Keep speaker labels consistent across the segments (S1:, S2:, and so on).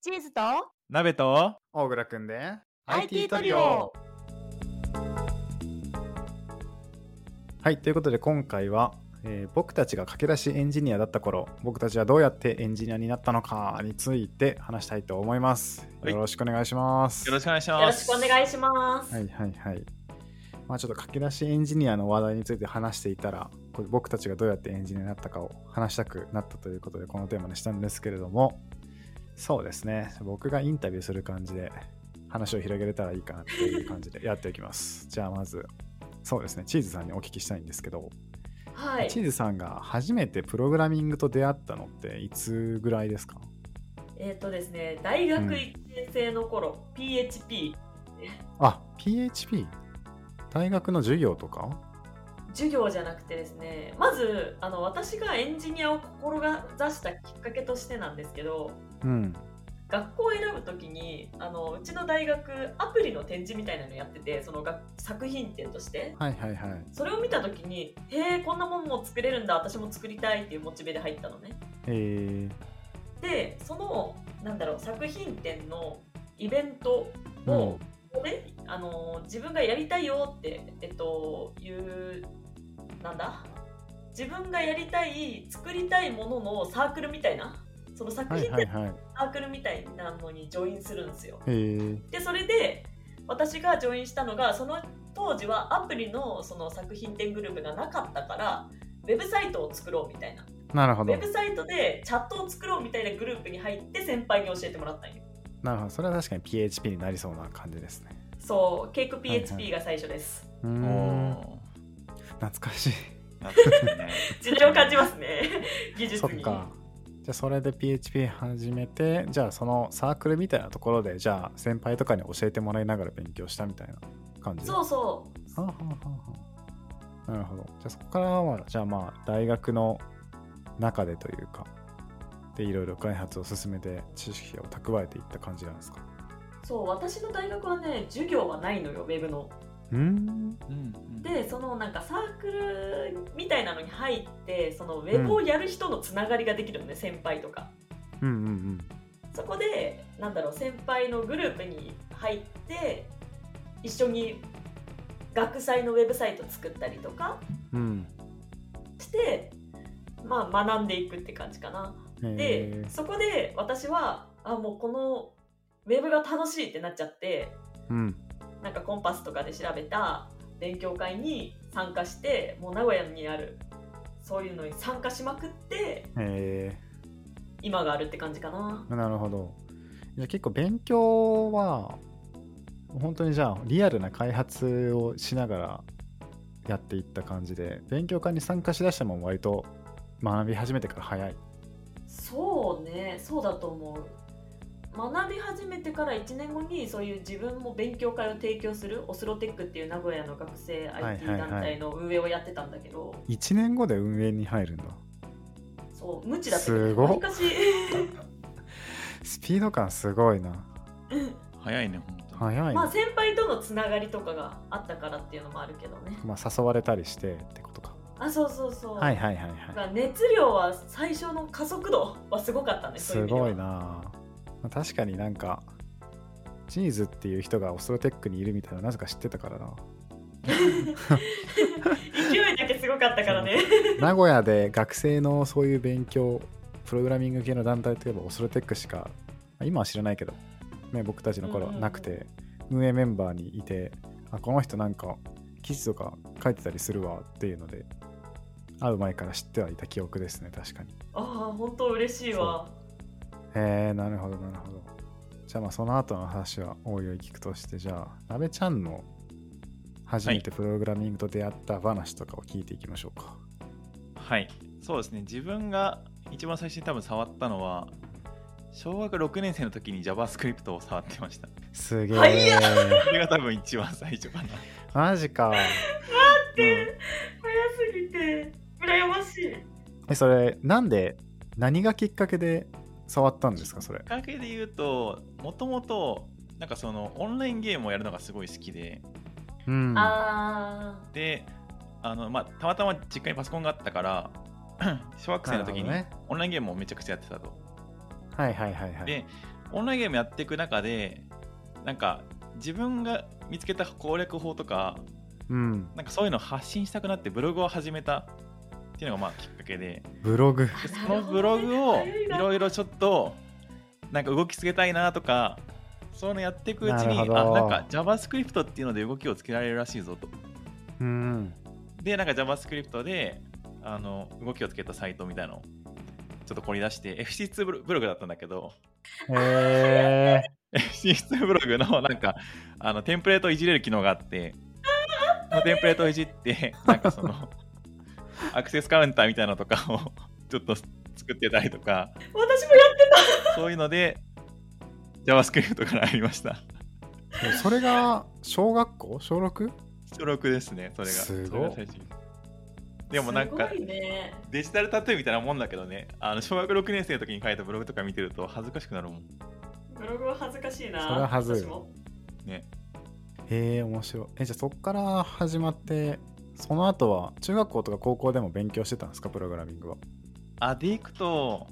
S1: チーズと
S2: 鍋と
S3: 大倉くんで
S1: IT トリオ
S3: はいということで今回は、えー僕たちが駆け出しエンジニアだった頃僕たちはどうやってエンジニアになったのかについて話したいと思います
S2: はい
S3: よろしくお願いします
S2: よろしくお願いし
S1: よろ
S2: ま
S1: し
S2: す。
S1: くお願いします。
S3: はいはいはいまあちょっと駆け出しエンジニアの話題について話していたらこれ僕たちがどうやってエンジニアになったかを話したくなったということでこのテーマにしたんですけれどもそうですね僕がインタビューする感じで話を広げれたらいいかなっていう感じでや っていきますじゃあまずそうですねチーズさんにお聞きしたいんですけど、
S1: はい。
S3: チーズさんが初めてプログラミングと出会ったのっていつぐらいですか
S1: えっ、とですね、大学1年生の頃、PHP
S3: あ PHP 大学の授業とか
S1: 授業じゃなくてですね、まずあの私がエンジニアを志したきっかけとしてなんですけど、
S3: うん
S1: 学校を選ぶときにあのうちの大学アプリの展示みたいなのやってて、その学作品展として。
S3: はいはいはい
S1: それを見たときに、へえ、こんなもんも作れるんだ、私も作りたいっていうモチベで入ったのね。
S3: え
S1: でそのなんだろう作品展のイベント
S3: ー、
S1: を、ねあのー自分がやりたいよって、えっと、いうなんだ自分がやりたい作りたいもののサークルみたいなその作
S3: は
S1: 品
S3: い
S1: 展
S3: は
S1: の
S3: いはい。
S1: サークルみたいなのにジョインするんですよ。
S3: えー、
S1: でそれで私がジョインしたのがその当時はアプリのその作品展グループがなかったからウェブサイトを作ろうみたいな
S3: なるほ
S1: ウ
S3: ど
S1: ェ。ブサイトでチャットを作ろうみたいなグループに入って先輩に教えてもらったんよ。
S3: なるほど。それは確かに PHP になりそうな感じですね。
S1: そう、ケイク
S3: はいは
S1: PHP が最初です。
S3: うーん
S2: お
S3: 懐かしい。
S2: ーなってるね
S1: 時代を感じますね、 技術
S3: そっ
S1: に。
S3: か。じゃあそれで PHP 始めて、じゃあそのサークルみたいなところで、じゃあ先輩とかに教えてもらいながら勉強したみたいな感じ。
S1: そううそ
S3: はあはあはあはあなるほど。じゃあそこからは、じゃあまあ大学の中でというか、でいろいろ開発を進めて知識を蓄えていった感じなんですか。
S1: う、そう、私の大学はね、授業はないのよ、ウェブの。
S3: うーん。
S2: うんうん
S1: で、そのなんかサークルみたいなのに入って、そのウェブをやる人のつながりができるのね、先輩とか。
S3: うんうんうん。
S1: そこで、なんだろう、先輩のグループに入って、一緒に学祭のウェブサイト作ったりとか
S3: うん。
S1: して、まあ、学んでいくって感じかな。
S3: え
S1: で
S3: ー
S1: そこで私はあもうこのウェブが楽しいってなっちゃって
S3: うん、
S1: なんかコンパスとかで調べた勉強会に参加してもう名古屋にあるそういうのに参加しまくって
S3: え
S1: 今があるって感じかな
S3: ー、なるほど。じゃあ結構勉強は本当にじゃあリアルな開発をしながらやっていった感じで勉強会に参加しだしたのも割と学び始めてから早い。
S1: そうねそうだと思う学び始めてから1年後にそういう自分も勉強会を提供するオスロテックっていう名古屋の学生
S3: いはい
S1: IT 団体の運営をやってたんだけど、
S3: 1年後で運営に入るんだ。
S1: そう無知だったけ
S3: す
S1: ど
S3: ごっ
S1: わりかし
S3: スピード感すごいな。
S2: 早いね、本当に。
S3: 早いね、
S1: まあ先輩とのつながりとかがあったからっていうのもあるけどね
S3: まあ、誘われたりしてってことか。
S1: あそうそうそう、
S3: はいはいはい
S1: だ
S3: は
S1: から熱量は最初の加速度はすごかったね
S3: い。
S1: そうう
S3: す
S1: 意味では
S3: ごいな。まあ確かになんかチーズっていう人がオスロテックにいるみたいなのなぜか知ってたからな。
S1: 勢いだけすごかったからね
S3: 名古屋で学生のそういう勉強プログラミング系の団体といえばオスロテックしかまあ今は知らないけど、ね、僕たちの頃はなくて、運営メンバーにいてあこの人なんか記事とか書いてたりするわっていうので会う前から知ってはいた記憶ですね確かに
S1: ああ本当嬉しいわ
S3: へえなるほどなるほどじゃあまあその後の話はおいおい聞くとしてじゃあなべちゃんの初めてプログラミングと出会った話とかを聞いていきましょうか、
S2: はい、そうですね、自分が一番最初に多分触ったのは、小学6年生の時に JavaScript を触ってま した。
S3: すげ
S1: 早
S3: え
S2: それが多分一番最初かな。
S3: マジか
S2: うん
S1: 早すぎて羨ましい
S3: えそれなんで何がきっかけで触ったんですかそれ
S2: きっかけで言うと、もともと、なんかそのオンラインゲームをやるのがすごい好きで、
S3: うん
S1: ああ
S2: で、あのまあ、たまたま実家にパソコンがあった から、小学生の時に
S3: なるほどね
S2: オンラインゲームをめちゃくちゃやってたと。
S3: はいはいはいはい
S2: でオンラインゲームやっていく中でなんか自分が見つけた攻略法とか
S3: うん。
S2: なんかそういうのを発信したくなってブログを始めたっていうのがまあきっかけで
S3: ブログ。
S2: でそのブログをいろいろちょっとなんか動きつけたいなとかそういうのやっていくうちに
S3: な
S2: あ
S3: るほど
S2: なんか JavaScript っていうので動きをつけられるらしいぞと
S3: うん。
S2: でなんか JavaScript であの動きをつけたサイトみたいなのをちょっと凝り出して FC2 ブロブログだったんだけど
S3: へえ。
S2: FC2 ブログのなんかあのテンプレートをいじれる機能があってそのテンプレートをいじってなんかそのアクセスカウンターみたいなのとかをちょっと作ってたりとか
S1: 私もやっ
S2: そういうので JavaScript からありました。
S3: でもそれが小学校小 6?
S2: 小6ですね、それが。
S3: す
S2: それ
S3: ごっ
S2: が最初でもなんか
S1: すごいね
S2: デジタルタトゥーみたいなもんだけどね、あの小学6年生の時に書いたブログとか見てると恥ずかしくなるもん。
S1: ブログは恥ずかしいな
S3: それは恥ずい
S1: 私も
S2: ね。
S3: へえ、面白い。え、じゃあそっから始まって、その後は中学校とか高校でも勉強してたんですか、プログラミングは。
S2: あ、でいくと、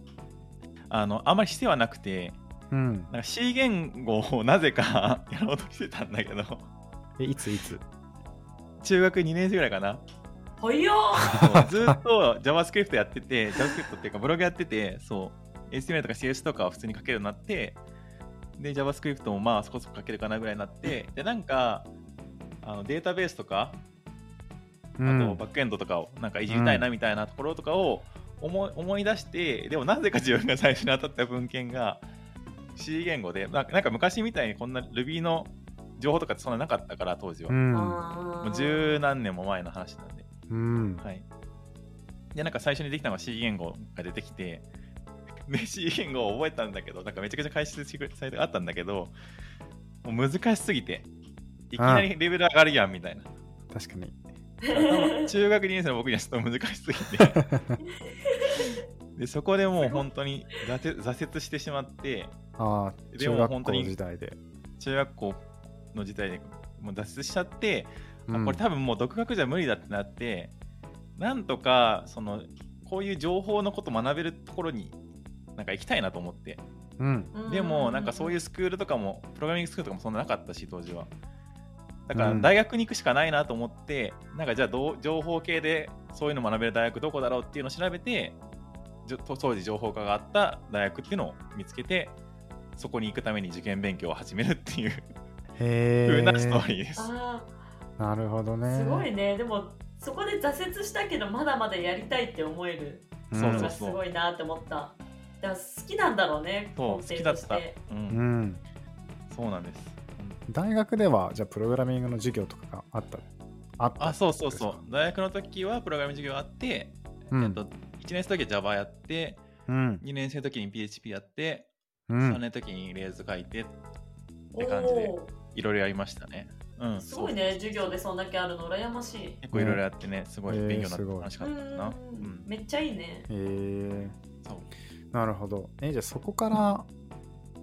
S2: あの、あんまりしてはなくて、
S3: うん。
S2: なんか C 言語をなぜか やろうとしてたんだけど、
S3: え、いついつ
S2: 中学2年生ぐらいかな。
S1: ほいよ
S2: そうずっと JavaScript やってて、JavaScript っていうかブログやってて、そう、HTML とか CS とかは普通に書けるようになって、で、JavaScript もまあそこそこ書けるかなぐらいになって、で、なんか、あのデータベースとか、
S3: う
S2: あ
S3: ん
S2: とバックエンドとかをなんかいじりたいなみたいなところとかを思い思い出して、でもなぜか自分が最初に当たった文献が C 言語で、ななんか昔みたいにこんな Ruby の情報とかってそんななかったから、当時は。
S3: う
S2: も
S1: ー
S3: ん。
S1: も
S2: う十何年も前の話なんで。
S3: うん。
S2: はい。で、なんか最初にできたのが C 言語が出てきて、で、C 言語を覚えたんだけど、なんかめちゃくちゃ解説してくれたサイトがあったんだけど、もう難しすぎて、いきなりレベル上がるやんみたいな。
S3: 確かに。
S2: 中学2年生の僕にはちょっと難しすぎて。で、そこでもう本当に挫折挫折してしまって、
S3: ああ、
S2: で
S3: 中
S2: も
S3: 学
S2: 本当
S3: 校
S2: に
S3: 時代で。
S2: 中学校の時代でもう挫折しちゃって、
S3: うん
S2: あこれ多分もう独学じゃ無理だってなってなんとかそのこういう情報のこと学べるところになんか行きたいなと思って
S3: うん。
S2: でもなんかそういううスクールとかもプログラミングスクールとかもそんななかったし当時はだか
S3: う
S2: ら
S3: ん
S2: 大学に行くしかないなと思って、なんかじゃあどう情報系でそういうの学べる大学どこだろうっていうのを調べてじょ当時情報科があった大学っていうのを見つけてそこに行くために受験勉強を始めるっていう
S3: へ
S2: 風
S3: え。
S2: なストーリーです、
S1: あ
S3: なるほどね。
S1: ーすごいねでもそこで挫折したけどまだまだやりたいって思える
S3: うん。
S2: そう
S1: の
S2: そう
S1: がすごいなって思っただから好きなんだろうね
S2: そう好
S1: 根
S2: き
S1: 底
S2: だっ、
S1: としたて
S2: うん
S3: うん。
S2: そうなんです。
S3: 大学では、じゃあプログラミングの授業とかがあったあった
S2: あ、そうそうそう。大学の時はプログラミング授業あって、
S3: うん。
S2: えっと、1年生の時は Java やって、
S3: うん。
S2: 2年生の時に PHP やって、
S3: う
S2: 3
S3: ん。
S2: 年の時に Rails 書いて、
S1: お
S2: て感じで
S1: おー
S2: いろいろやりましたね。うん。
S1: すごいね授業でそんだけあるの羨ましい
S2: 結構いろいろやってね、すごい
S3: えー
S2: 勉強になって
S3: すごい
S2: 楽しかったな。うん。
S1: めっちゃいいね
S3: へえ。
S2: そう。
S3: なるほど。え、じゃあそこから、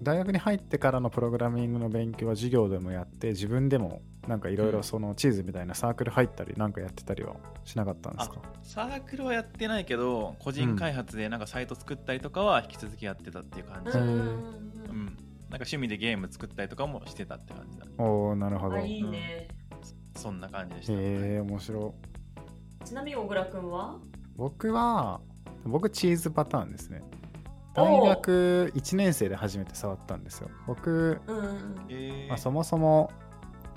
S3: 大学に入ってからのプログラミングの勉強は授業でもやって、自分でもなんかいろいろそのチーズみたいなサークル入ったりなんかやってたりはしなかったんですか
S2: サークルはやってないけど、個人開発でなんかサイト作ったりとかは引き続きやってたっていう感
S1: う
S2: じ。
S1: んうん
S2: う
S1: うん
S2: ん。なんか趣味でゲーム作ったりとかもしてたって感じだね。
S3: おおなるほ
S1: うん
S3: ど。
S1: あ
S3: へ
S1: いいね
S2: そんな感じでした。
S3: え、面白い。
S1: ちなみに小倉くんは
S3: 僕は僕チーズパターンですね
S1: お
S3: 大
S1: う
S3: 学1年生で初めて触ったんですよ僕、
S1: うんうんうん
S2: え
S3: まあ、そもそも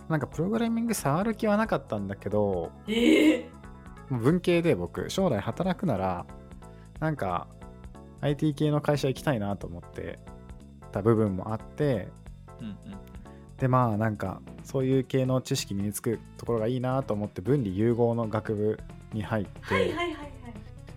S3: なんかプログラミング触る気はなかったんだけど
S1: ええ
S3: もう文系で僕将来働くならなんか IT 系の会社行きたいなと思ってた部分もあって
S2: うんうん
S3: でまあなんかそういう系の知識身につくところがいいなと思って分離融合の学部に入って、
S1: はいはいはいはい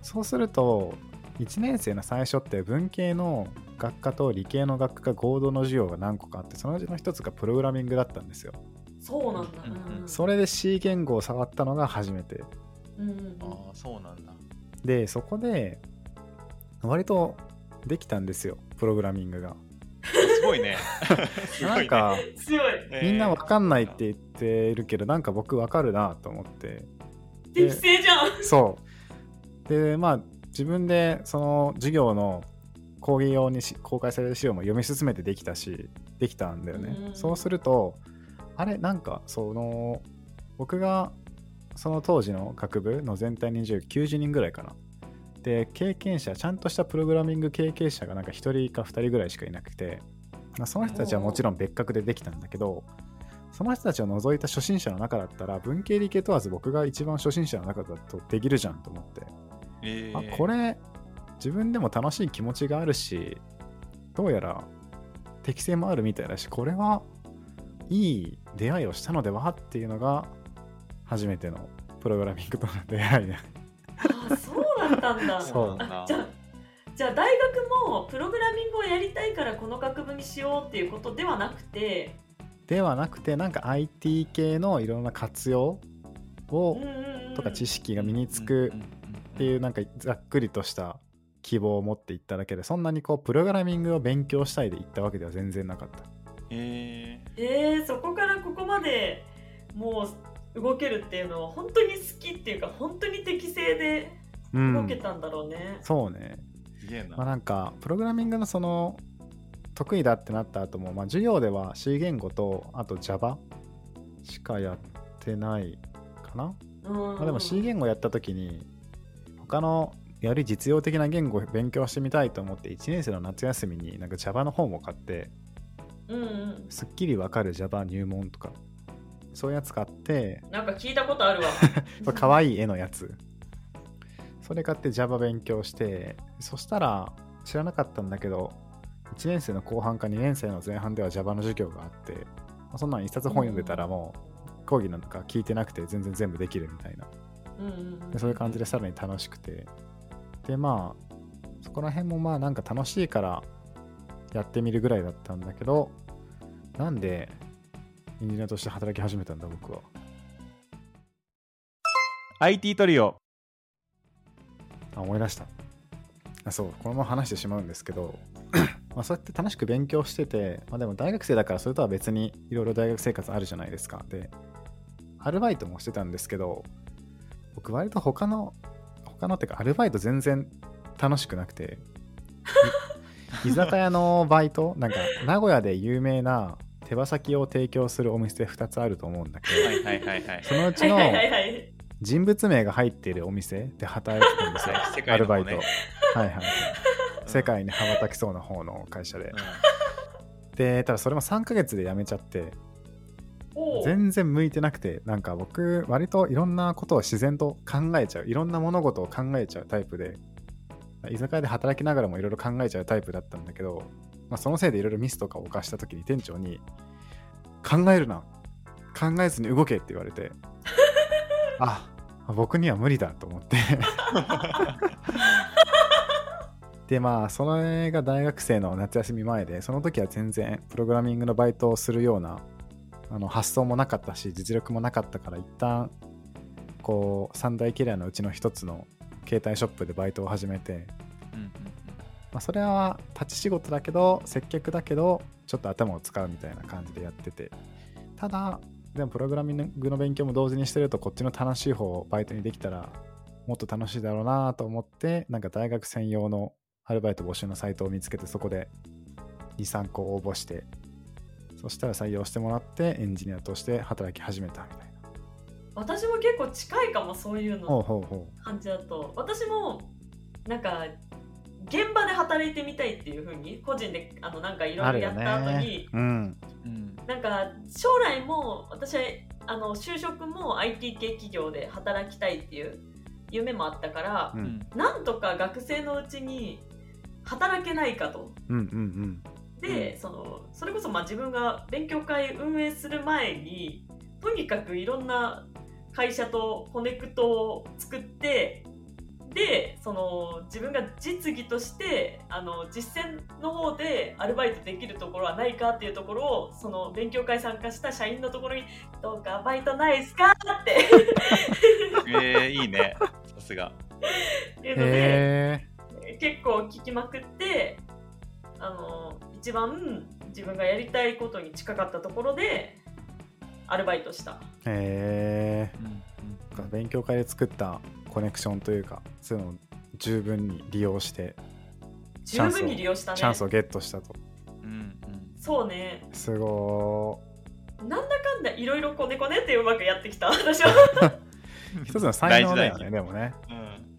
S3: そうすると1年生の最初って文系の学科と理系の学科が合同の授業が何個かあってそのうちの一つがプログラミングだったんですよ。
S1: そうなんだ
S2: うんうん
S3: それで C 言語を触ったのが初めて
S1: うんうんうん
S2: ああ、そうなんだ。
S3: でそこで割とできたんですよプログラミングが。
S2: すごいね。すごいね
S3: なんか
S1: 強い
S2: えー
S3: みんなわかんないって言ってるけどなんか僕わかるなと思って
S1: 適正じゃん
S3: そうでまあ自分でその授業の講義用にし公開される資料も読み進めてできたしできたんだよね、
S1: うん
S3: そうするとあれなんかその僕がその当時の学部の全体20 90人ぐらいかなで経験者ちゃんとしたプログラミング経験者がなんか1人か2人ぐらいしかいなくて、まあ、その人たちはもちろん別格でできたんだけどその人たちを除いた初心者の中だったら文系理系問わず僕が一番初心者の中だとできるじゃんと思って
S2: え
S3: あ
S2: ー
S3: これ自分でも楽しい気持ちがあるしどうやら適性もあるみたいだしこれはいい出会いをしたのではっていうのが初めてのプログラミングとの出会いで
S1: あそうだったん だ
S3: そ
S2: な
S3: う
S2: んだ
S1: あじゃあじゃあ大学もプログラミングをやりたいからこの学部にしようっていうことではなくて
S3: ではなくてなんか IT 系のいろんな活用を
S1: うんうんうん
S3: とか知識が身につくっていうなんかざっくりとした希望を持っていっただけでそんなにこうプログラミングを勉強したいで行ったわけでは全然なかった
S2: え
S1: えー、そこからここまでもう動けるっていうのは本当に好きっていうか本当に適性で
S3: う
S1: 動け
S3: ん
S1: たんだろうね、
S3: そうね
S2: ー、すげえな。
S3: まあ、なんかプログラミングのその得意だってなった後も、まあ、授業では C 言語とあと Java しかやってないかな、
S1: うん
S3: まあ、でも C 言語やった時に他のより実用的な言語を勉強してみたいと思って1年生の夏休みになんか Java の本を買って
S1: うんうん
S3: すっきりわかる Java 入門とかそういうやつ買って
S1: なんか聞いたことあるわ
S3: そう可愛い絵のやつそれ買って Java 勉強してそしたら知らなかったんだけど1年生の後半か2年生の前半では Java の授業があってまあそんなん一冊本読んでたらもう講義なんか聞いてなくて全然全部できるみたいな
S1: うんうん
S3: でそういう感じでさらに楽しくてでまあそこら辺もまあなんか楽しいからやってみるぐらいだったんだけどなんでエンジニアとして働き始めたんだ僕は
S2: IT トリオ。
S3: あ思い出したあそうこのまま話してしまうんですけど まあそうやって楽しく勉強してて、まあ、でも大学生だからそれとは別にいろいろ大学生活あるじゃないですかでアルバイトもしてたんですけど僕割と他の他のってかアルバイト全然楽しくなくてい居 酒屋のバイトなんか名古屋で有名な手羽先を提供するお店2つあると思うんだけど
S2: はいはいはいはい。
S3: そのう
S1: は
S3: ち
S1: い
S3: の
S1: はいはいはい
S3: 人物名が入っているお店で働いてたんですよ
S2: 世界
S3: アル
S2: の
S3: バイ
S2: 方
S3: ト、
S2: ね
S3: はいはいはい、世界に羽ばたきそうな方の会社で
S2: うん。
S3: でただそれも3ヶ月で辞めちゃって
S1: おう
S3: 全然向いてなくてなんか僕割といろんなことを自然と考えちゃういろんな物事を考えちゃうタイプで居酒屋で働きながらもいろいろ考えちゃうタイプだったんだけど、まあ、そのせいでいろいろミスとかを犯した時に店長に「考えるな考えずに動け」って言われてあ僕には無理だと思ってでまあそれが大学生の夏休み前でその時は全然プログラミングのバイトをするようなあの発想もなかったし実力もなかったから一旦こう三大キラーのうちの一つの携帯ショップでバイトを始めて、
S2: うんうん
S3: まあ、それは立ち仕事だけど接客だけどちょっと頭を使うみたいな感じでやっててただでもプログラミングの勉強も同時にしてるとこっちの楽しい方をバイトにできたらもっと楽しいだろうなと思ってなんか大学専用のアルバイト募集のサイトを見つけてそこで23個応募してそしたら採用してもらってエンジニアとして働き始めたみたいな。
S1: 私も結構近いかもそういう
S3: ほう
S1: の
S3: ほうほ。
S1: 感じだと私もなんか現場で働いてみたいっていうふうに個人であのなんかいうろ
S3: あ
S1: いろ
S3: る
S1: や
S3: よ
S1: った後に
S3: ね。うん。
S2: うんうん
S1: なんか将来も私はあの就職も IT 系企業で働きたいっていう夢もあったから
S3: う、
S2: うん
S3: ん。
S1: なんとか学生のうちに働けないかと。
S3: うんうんうん。
S1: で、
S2: うん
S1: そのそれこそまあ自分が勉強会運営する前にとにかくいろんな会社とコネクトを作ってでその自分が実技としてあの実践の方でアルバイトできるところはないかっていうところをその勉強会参加した社員のところに「どうかバイトないですか?」って
S2: えー、いいね。さすが。
S1: いうので。
S3: へ
S1: 結構聞きまくってあの一番自分がやりたいことに近かったところでアルバイトした
S3: え。へえ。
S2: うんうん
S3: なんか勉強会で作ったコネクションというかそういうのを十分に利用して
S1: 十分に利用したね
S3: チャンスをゲットしたと。
S2: うんうん
S1: そうね
S3: すご
S1: なんだかんだいろいろこねこねってうまくやってきた私は
S3: ー。一つの才能だ
S2: 大
S3: よ
S2: 事
S3: ね、
S2: 大
S3: でもね。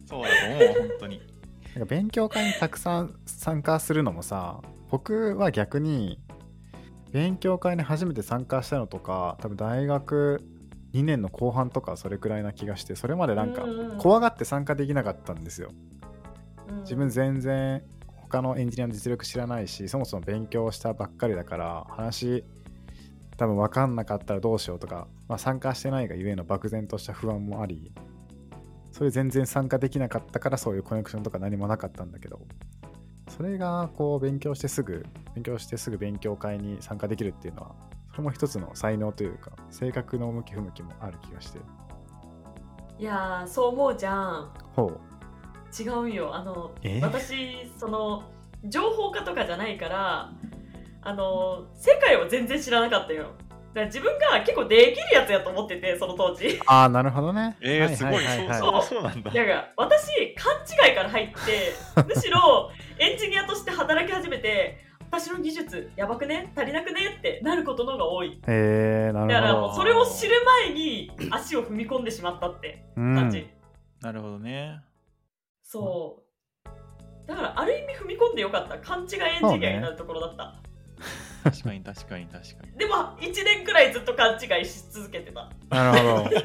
S2: 事うん、そうだと思う、本当に。
S3: なんか勉強会にたくさん参加するのもさ、僕は逆に、勉強会に初めて参加したのとか、多分大学2年の後半とかそれくらいな気がして、それまでなんか
S1: ううんうん
S3: 怖がって参加できなかったんですよ。
S1: うん
S3: 自分全然他のエンジニアの実力知らないしそもそも勉強したばっかりだから話多分分かんなかったらどうしようとか、まあ、参加してないがゆえの漠然とした不安もありそれ全然参加できなかったからそういうコネクションとか何もなかったんだけどそれがこう勉強してすぐ勉強してすぐ勉強会に参加できるっていうのはそれも一つの才能というか性格の向き不向きもある気がして
S1: いやーそう思うじゃん
S3: ほう
S1: 違うんよあの
S3: え
S1: 私その情報化とかじゃないからあの世界を全然知らなかったよだから自分が結構できるやつやと思っててその当時
S3: ああなるほどね
S2: えー、すごい、
S3: はははは
S2: そうそうそうなん
S1: だ。
S2: だ
S1: から私勘違いから入 ってむしろエンジニアとして働き始めて私の技術やばくね足りなくねってなることの方が多い
S3: えー、な
S1: だ
S3: る
S1: から
S3: ほど
S1: もうそれを知る前に足を踏み込んでしまったって
S3: うん
S1: 感じ、
S2: なるほどね。
S1: そうだからある意味踏み込んでよかった勘違いエンジニアになるところだった、
S2: 確かに、確かに、確かに。い
S1: でも1年くらいずっと勘違いし続けてた
S3: なるほど。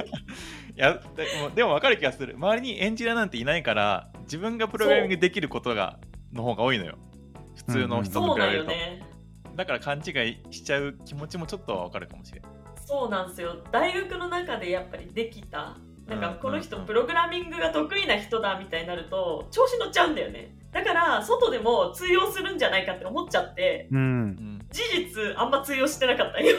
S2: や、でも、でも分かる気がする。周りにエンジニアなんていないから、自分がプログラミングできることが、の方が多いのよ。普通の人
S3: うん
S1: そう
S2: と比べ
S1: なん
S2: る
S1: よ
S2: と。
S1: ね
S2: だから勘違いしちゃう気持ちもちょっとは分かるかもしれない。
S1: そうなんですよ大学の中でやっぱりできたなん
S2: うん
S1: かこの
S2: う
S1: 人
S2: んうん
S1: プログラミングが得意な人だみたいになると調子乗っちゃうんだよねだから外でも通用するんじゃないかって思っちゃって
S3: うん
S2: う。ん。
S1: 事実あんま通用してなかったよ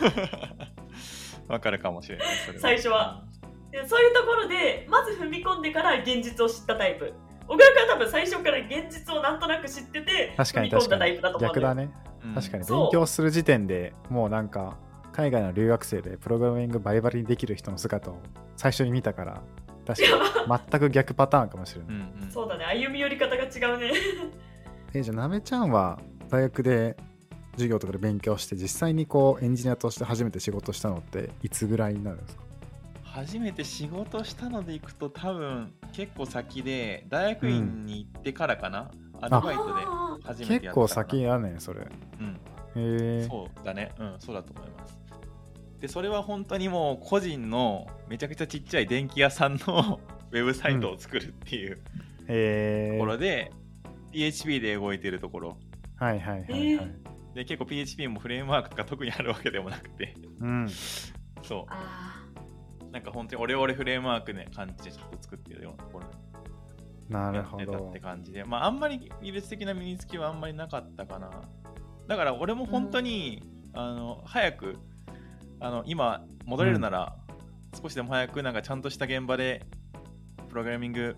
S2: 分かるかもしれない。それ
S1: 最初は。でそういうところでまず踏み込んでから現実を知ったタイプ小倉君は多分最初から現実をなんとなく知ってて
S3: 確か
S1: 踏
S3: に
S1: み込
S3: 確
S1: んだ
S3: か
S1: タイ
S3: に
S1: プだと。思うん
S3: 逆
S1: だよ
S3: だね。
S2: うん
S3: 確かに。
S1: そう
S3: 勉強する時点でもうなんか、海外の留学生でプログラミングバリバリにできる人の姿を最初に見たから、確か に全く逆パターンかもしれな
S2: う
S3: い。
S2: んうん。
S1: そうだね歩み寄り方が違うね
S3: え、じゃあ、なめちゃんは大学で授業とかで勉強して、実際にこうエンジニアとして初めて仕事したのっていつぐらいになるんですか
S2: 初めて仕事したので行くと多分結構先で大学院に行ってからかな、アルバイトで
S1: あー
S2: 初めて
S3: 結
S2: やった
S3: 構
S2: かな
S3: 先やねん、それ。へ
S2: うん、
S3: え。
S2: そうだねうんそうだと思いますでそれは本当にもう個人のめちゃくちゃちっちゃい電気屋さんの ウェブサイトを作るっていうと
S3: へえ。
S2: こ
S3: は
S2: ろ
S3: い
S2: で、PHP で動いてるところ
S3: はいはいは
S1: え
S3: い
S1: ー。
S2: で結構 PHP もフレームワークが特にあるわけでもなくて
S3: うん。
S2: そ
S1: あ
S2: うなんか本当にオレオレフレームワークね感じでちょっと作ってるようなところで
S3: な
S2: や
S3: る
S2: っ
S3: ほ
S2: てたっ
S3: ど
S2: て。感じで、まあ、あんまり技術的な身につきはあんまりなかったかな。だから俺も本当に、あの早くあの今戻れるなら、少しでも早くなんかちゃんとした現場でプログラミング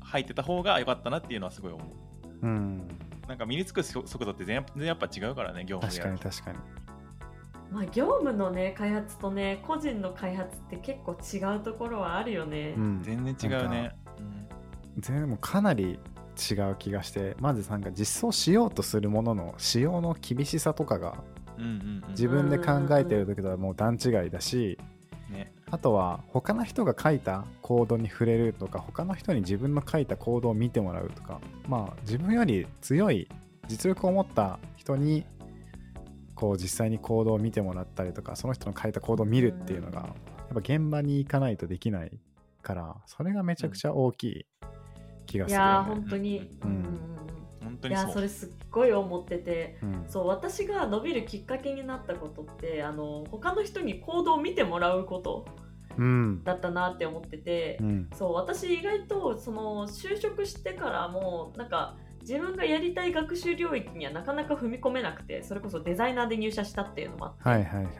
S2: 入ってた方が良かったなっていうのはすごい思う。
S3: うん。なん
S2: なんか身につく速度って全然やっぱ違うからね、業務
S3: 確
S2: で
S3: か
S2: やる
S3: に
S2: と。
S3: 確かに。
S1: ーまあ業務のね開発とね個人の開発って結構違うところはあるよね、
S3: うん
S2: 全然違う
S3: なん
S2: ね
S3: か。全もうかなり違う気がしてまずなんか実装しようとするものの使用の厳しさとかが
S2: うんうんうんうん
S3: 自分で考えてる時とはもう段違いだし
S2: ね
S3: あとは他の人が書いたコードに触れるとか他の人に自分の書いたコードを見てもらうとかまあ自分より強い実力を持った人にこう実際にコードを見てもらったりとかその人の書いたコードを見るっていうのがやっぱ現場に行かないとできないからそれがめちゃくちゃ大きい気が
S1: い
S3: するよね、
S1: やー本当に、
S3: うん
S2: 本当
S1: うんい
S2: に
S1: やー
S2: そ。
S1: そうれすっごい思ってて
S3: うん
S1: そう私が伸びるきっかけになったことってあの他の人に行動を見てもらうこと
S3: うん。
S1: だったなって思ってて、
S3: うん。
S1: そう私意外とその就職してからもなんか自分がやりたい学習領域にはなかなか踏み込めなくてそれこそデザイナーで入社したっていうのもあって
S3: はいはいはいはい。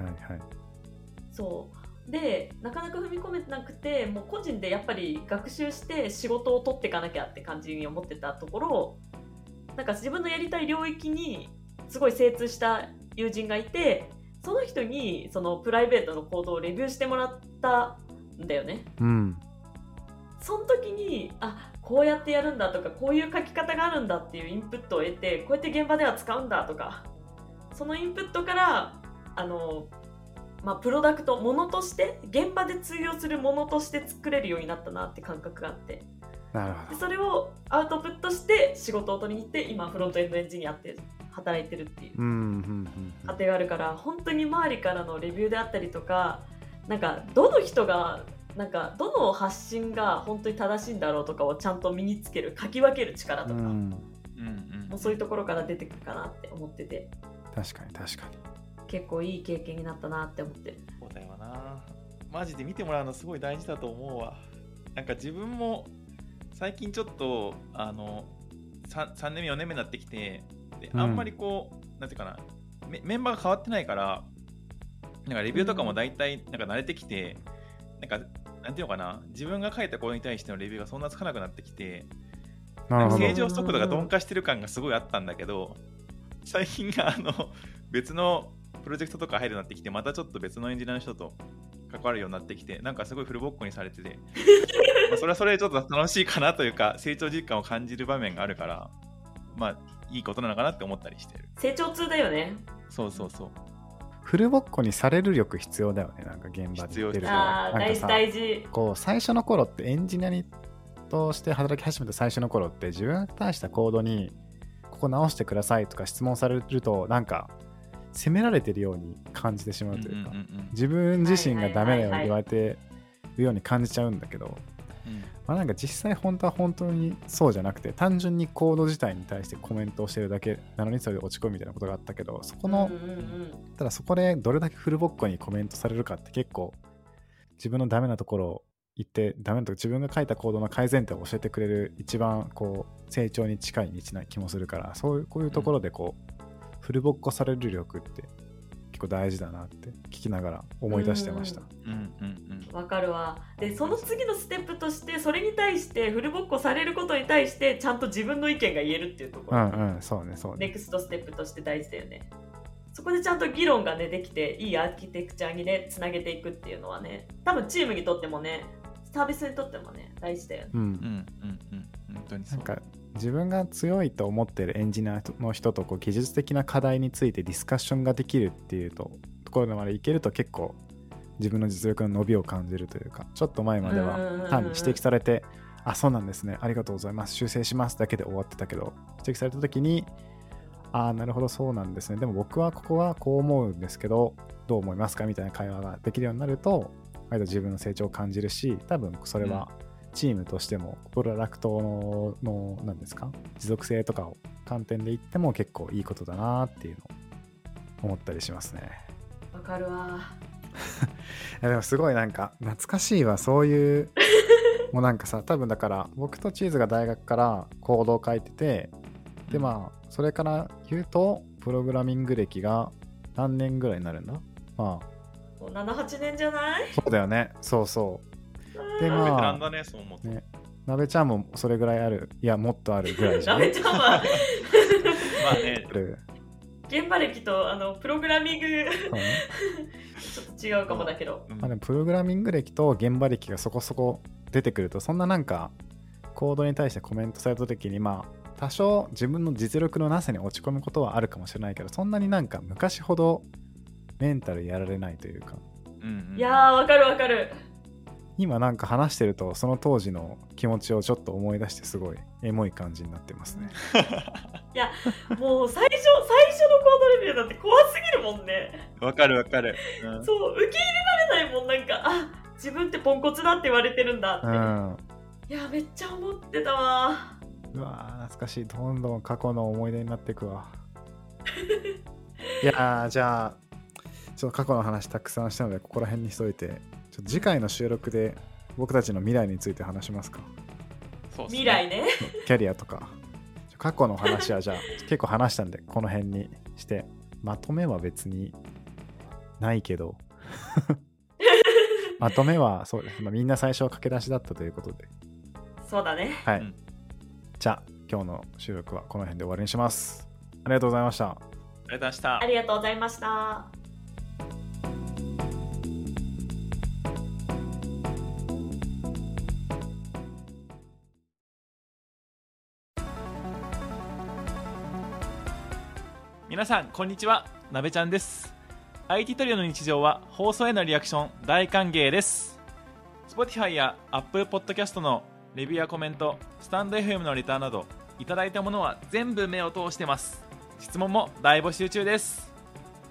S1: そうでなかなか踏み込めなくてもう個人でやっぱり学習して仕事を取っていかなきゃって感じに思ってたところなんか自分のやりたい領域にすごい精通した友人がいてその人にそのプライベートの行動をレビューしてもらったんだよね。
S3: うん。
S1: その時にあこうやってやるんだとかこういう書き方があるんだっていうインプットを得てこうやって現場では使うんだとかそのインプットからあの、まあ、プロダクトものとして現場で通用するものとして作れるようになったなって感覚があって
S3: なる
S1: で
S3: ほど
S1: それをアウトプットして仕事を取りに行って今フロントエンドエンジニアって働いてるっていう
S3: うんうんうんう
S1: 過
S3: ん
S1: 程があるから本当に周りからのレビューであったりとかなんかどの人がなんかどの発信が本当に正しいんだろうとかをちゃんと身につける書き分ける力とか、も
S2: うんうん
S1: うそういうところから出てくるかなって思ってて
S3: 確かに確かに
S1: 結構いい経験になったなって思ってる
S2: そうだよな。マジで見てもらうのすごい大事だと思うわ。なんか自分も最近ちょっとあの 3, 3年目4年目になってきてで
S3: うん
S2: あんまりこう、なんていうかなメメンバーが変わってないからなんかレビューとかも大体なんか慣れてきて、なんかなんていうのかな自分が書いたことに対してのレビューがそんなつかなくなってきて
S3: なるほど
S2: 正常速度が鈍化してる感がすごいあったんだけど最近があの別のプロジェクトとか入るようになってきてまたちょっと別のエンジニアの人と関わるようになってきてなんかすごいフルボッコにされてて まあそれはそれでちょっと楽しいかなというか成長実感を感じる場面があるからまあいいことなのかなって思ったりしてる
S1: 成長痛だよね
S2: そうそうそう
S3: フルボッコにされる力必要だよねなんか現場で
S2: 必要
S3: 出ると
S1: あー
S3: なんか
S1: 大事
S3: さ
S1: 大事
S3: こう最初の頃ってエンジニアにとして働き始めた最初の頃って自分に対したコードにここ直してくださいとか質問されるとなんか責められてるように感じてしまうというか
S2: うんうんうん
S3: 自分自身がダメだよ
S1: はいはいはいはい
S3: 言われてるように感じちゃうんだけど
S2: うん
S3: まあなんか実際本当は本当にそうじゃなくて単純にコード自体に対してコメントをしてるだけなのにそれで落ち込むみたいなことがあったけどそこの
S1: うんうんうん
S3: ただそこでどれだけフルボッコにコメントされるかって結構自分のダメなところを言ってダメなところ自分が書いた行動の改善点を教えてくれる一番こう成長に近い道な気もするからそういうこういうところでこう、フルボッコされる力って結構大事だなって聞きながら思い出してました。
S2: うんうん
S1: わかるわでその次のステップとしてそれに対してフルボッコされることに対してちゃんと自分の意見が言えるっていうとこ
S3: う
S1: ろ、
S3: んうんそうねそう
S1: ネ
S3: ね。
S1: クストステップとして大事だよね。そこでちゃんと議論が、ね、できていいアーキテクチャにねつなげていくっていうのはね多分チームにとってもねサービスにとってもね大事だよね。
S3: う
S2: うんうん
S3: ん
S2: うんうん本当に
S3: な
S2: そうん
S3: か自分が強いと思ってるエンジニアの人とこう技術的な課題についてディスカッションができるっていうとところまでいけると結構自分の実力の伸びを感じるというかちょっと前まで
S1: うんうんうんう
S3: は
S1: ん
S3: 単に指摘されて「あそうなんですねありがとうございます修正します」だけで終わってたけど指摘された時に「ああなるほどそうなんですねでも僕はここはこう思うんですけどどう思いますか?」みたいな会話ができるようになると割と自分の成長を感じるし多分それはチームとしてもプロダクトのの何ですか持続性とかを観点で言っても結構いいことだなっていうのを思ったりしますね。
S1: わかるわ。
S3: いやでもすごいなんか懐かしいわそういうもうなんかさ多分だから僕とチーズが大学から行動を書いててでまあそれから言うとプログラミング歴が何年ぐらいになるんだまあ
S1: もう78年じゃない
S3: そうだよねそうそう
S2: ベテラ
S3: でま
S2: ン
S3: あ
S2: だねそう思うと
S3: ねなべちゃんもそれぐらいあるいやもっとあるぐらいじゃ
S1: な
S3: ん
S1: めちゃんは
S2: まあね
S3: ある
S1: 現場歴とあのプログラミング
S3: そうね
S1: ちょっと違うかもだけど。
S2: うん
S3: まあ、でもプログラミング歴と現場歴がそこそこ出てくるとそんななんかコードに対してコメントされた時にまあ多少自分の実力のなさに落ち込むことはあるかもしれないけどそんなになんか昔ほどメンタルやられないというか
S2: うんうん
S1: いやーわかるわかる。
S3: 今なんか話してるとその当時の気持ちをちょっと思い出してすごいエモい感じになってますね。
S1: もう最初最初のコードレビューなんて怖すぎるもんね。
S2: わかるわかる、うん
S1: そう受け入れられないもんなんかあ自分ってポンコツだって言われてるんだって。
S3: うん
S1: いやめっちゃ思ってたわ
S3: うわー懐かしいどんどん過去の思い出になっていくわいやーじゃあちょっと過去の話たくさんしたのでここら辺にしといてちょっと次回の収録で僕たちの未来について話しますか
S2: そうっすね
S1: 未来ね
S3: キャリアとかちょ過去の話はじゃあ結構話したんでこの辺にしてまとめは別にない けどまとめはそうです、まあみんな最初は駆け出しだったということで
S1: そうだね
S3: はい、
S2: うん
S3: じゃあ今日の収録はこの辺で終わりにしますありがとうございました
S2: ありがとうございました
S1: ありがとうございました
S2: 皆さんこんにちはなべちゃんです IT トリオの日常は放送へのリアクション大歓迎です Spotify や Apple Podcast のレビューやコメントスタンド FM のレターなどいただいたものは全部目を通してます質問も大募集中です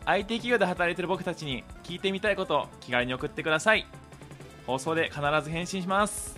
S2: IT 企業で働いている僕たちに聞いてみたいことを気軽に送ってください放送で必ず返信します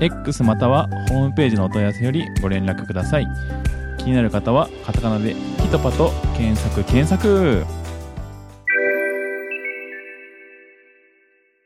S2: X またはホームページのお問い合わせよりご連絡ください気になる方はカタカナで「ピトパ」と検索検索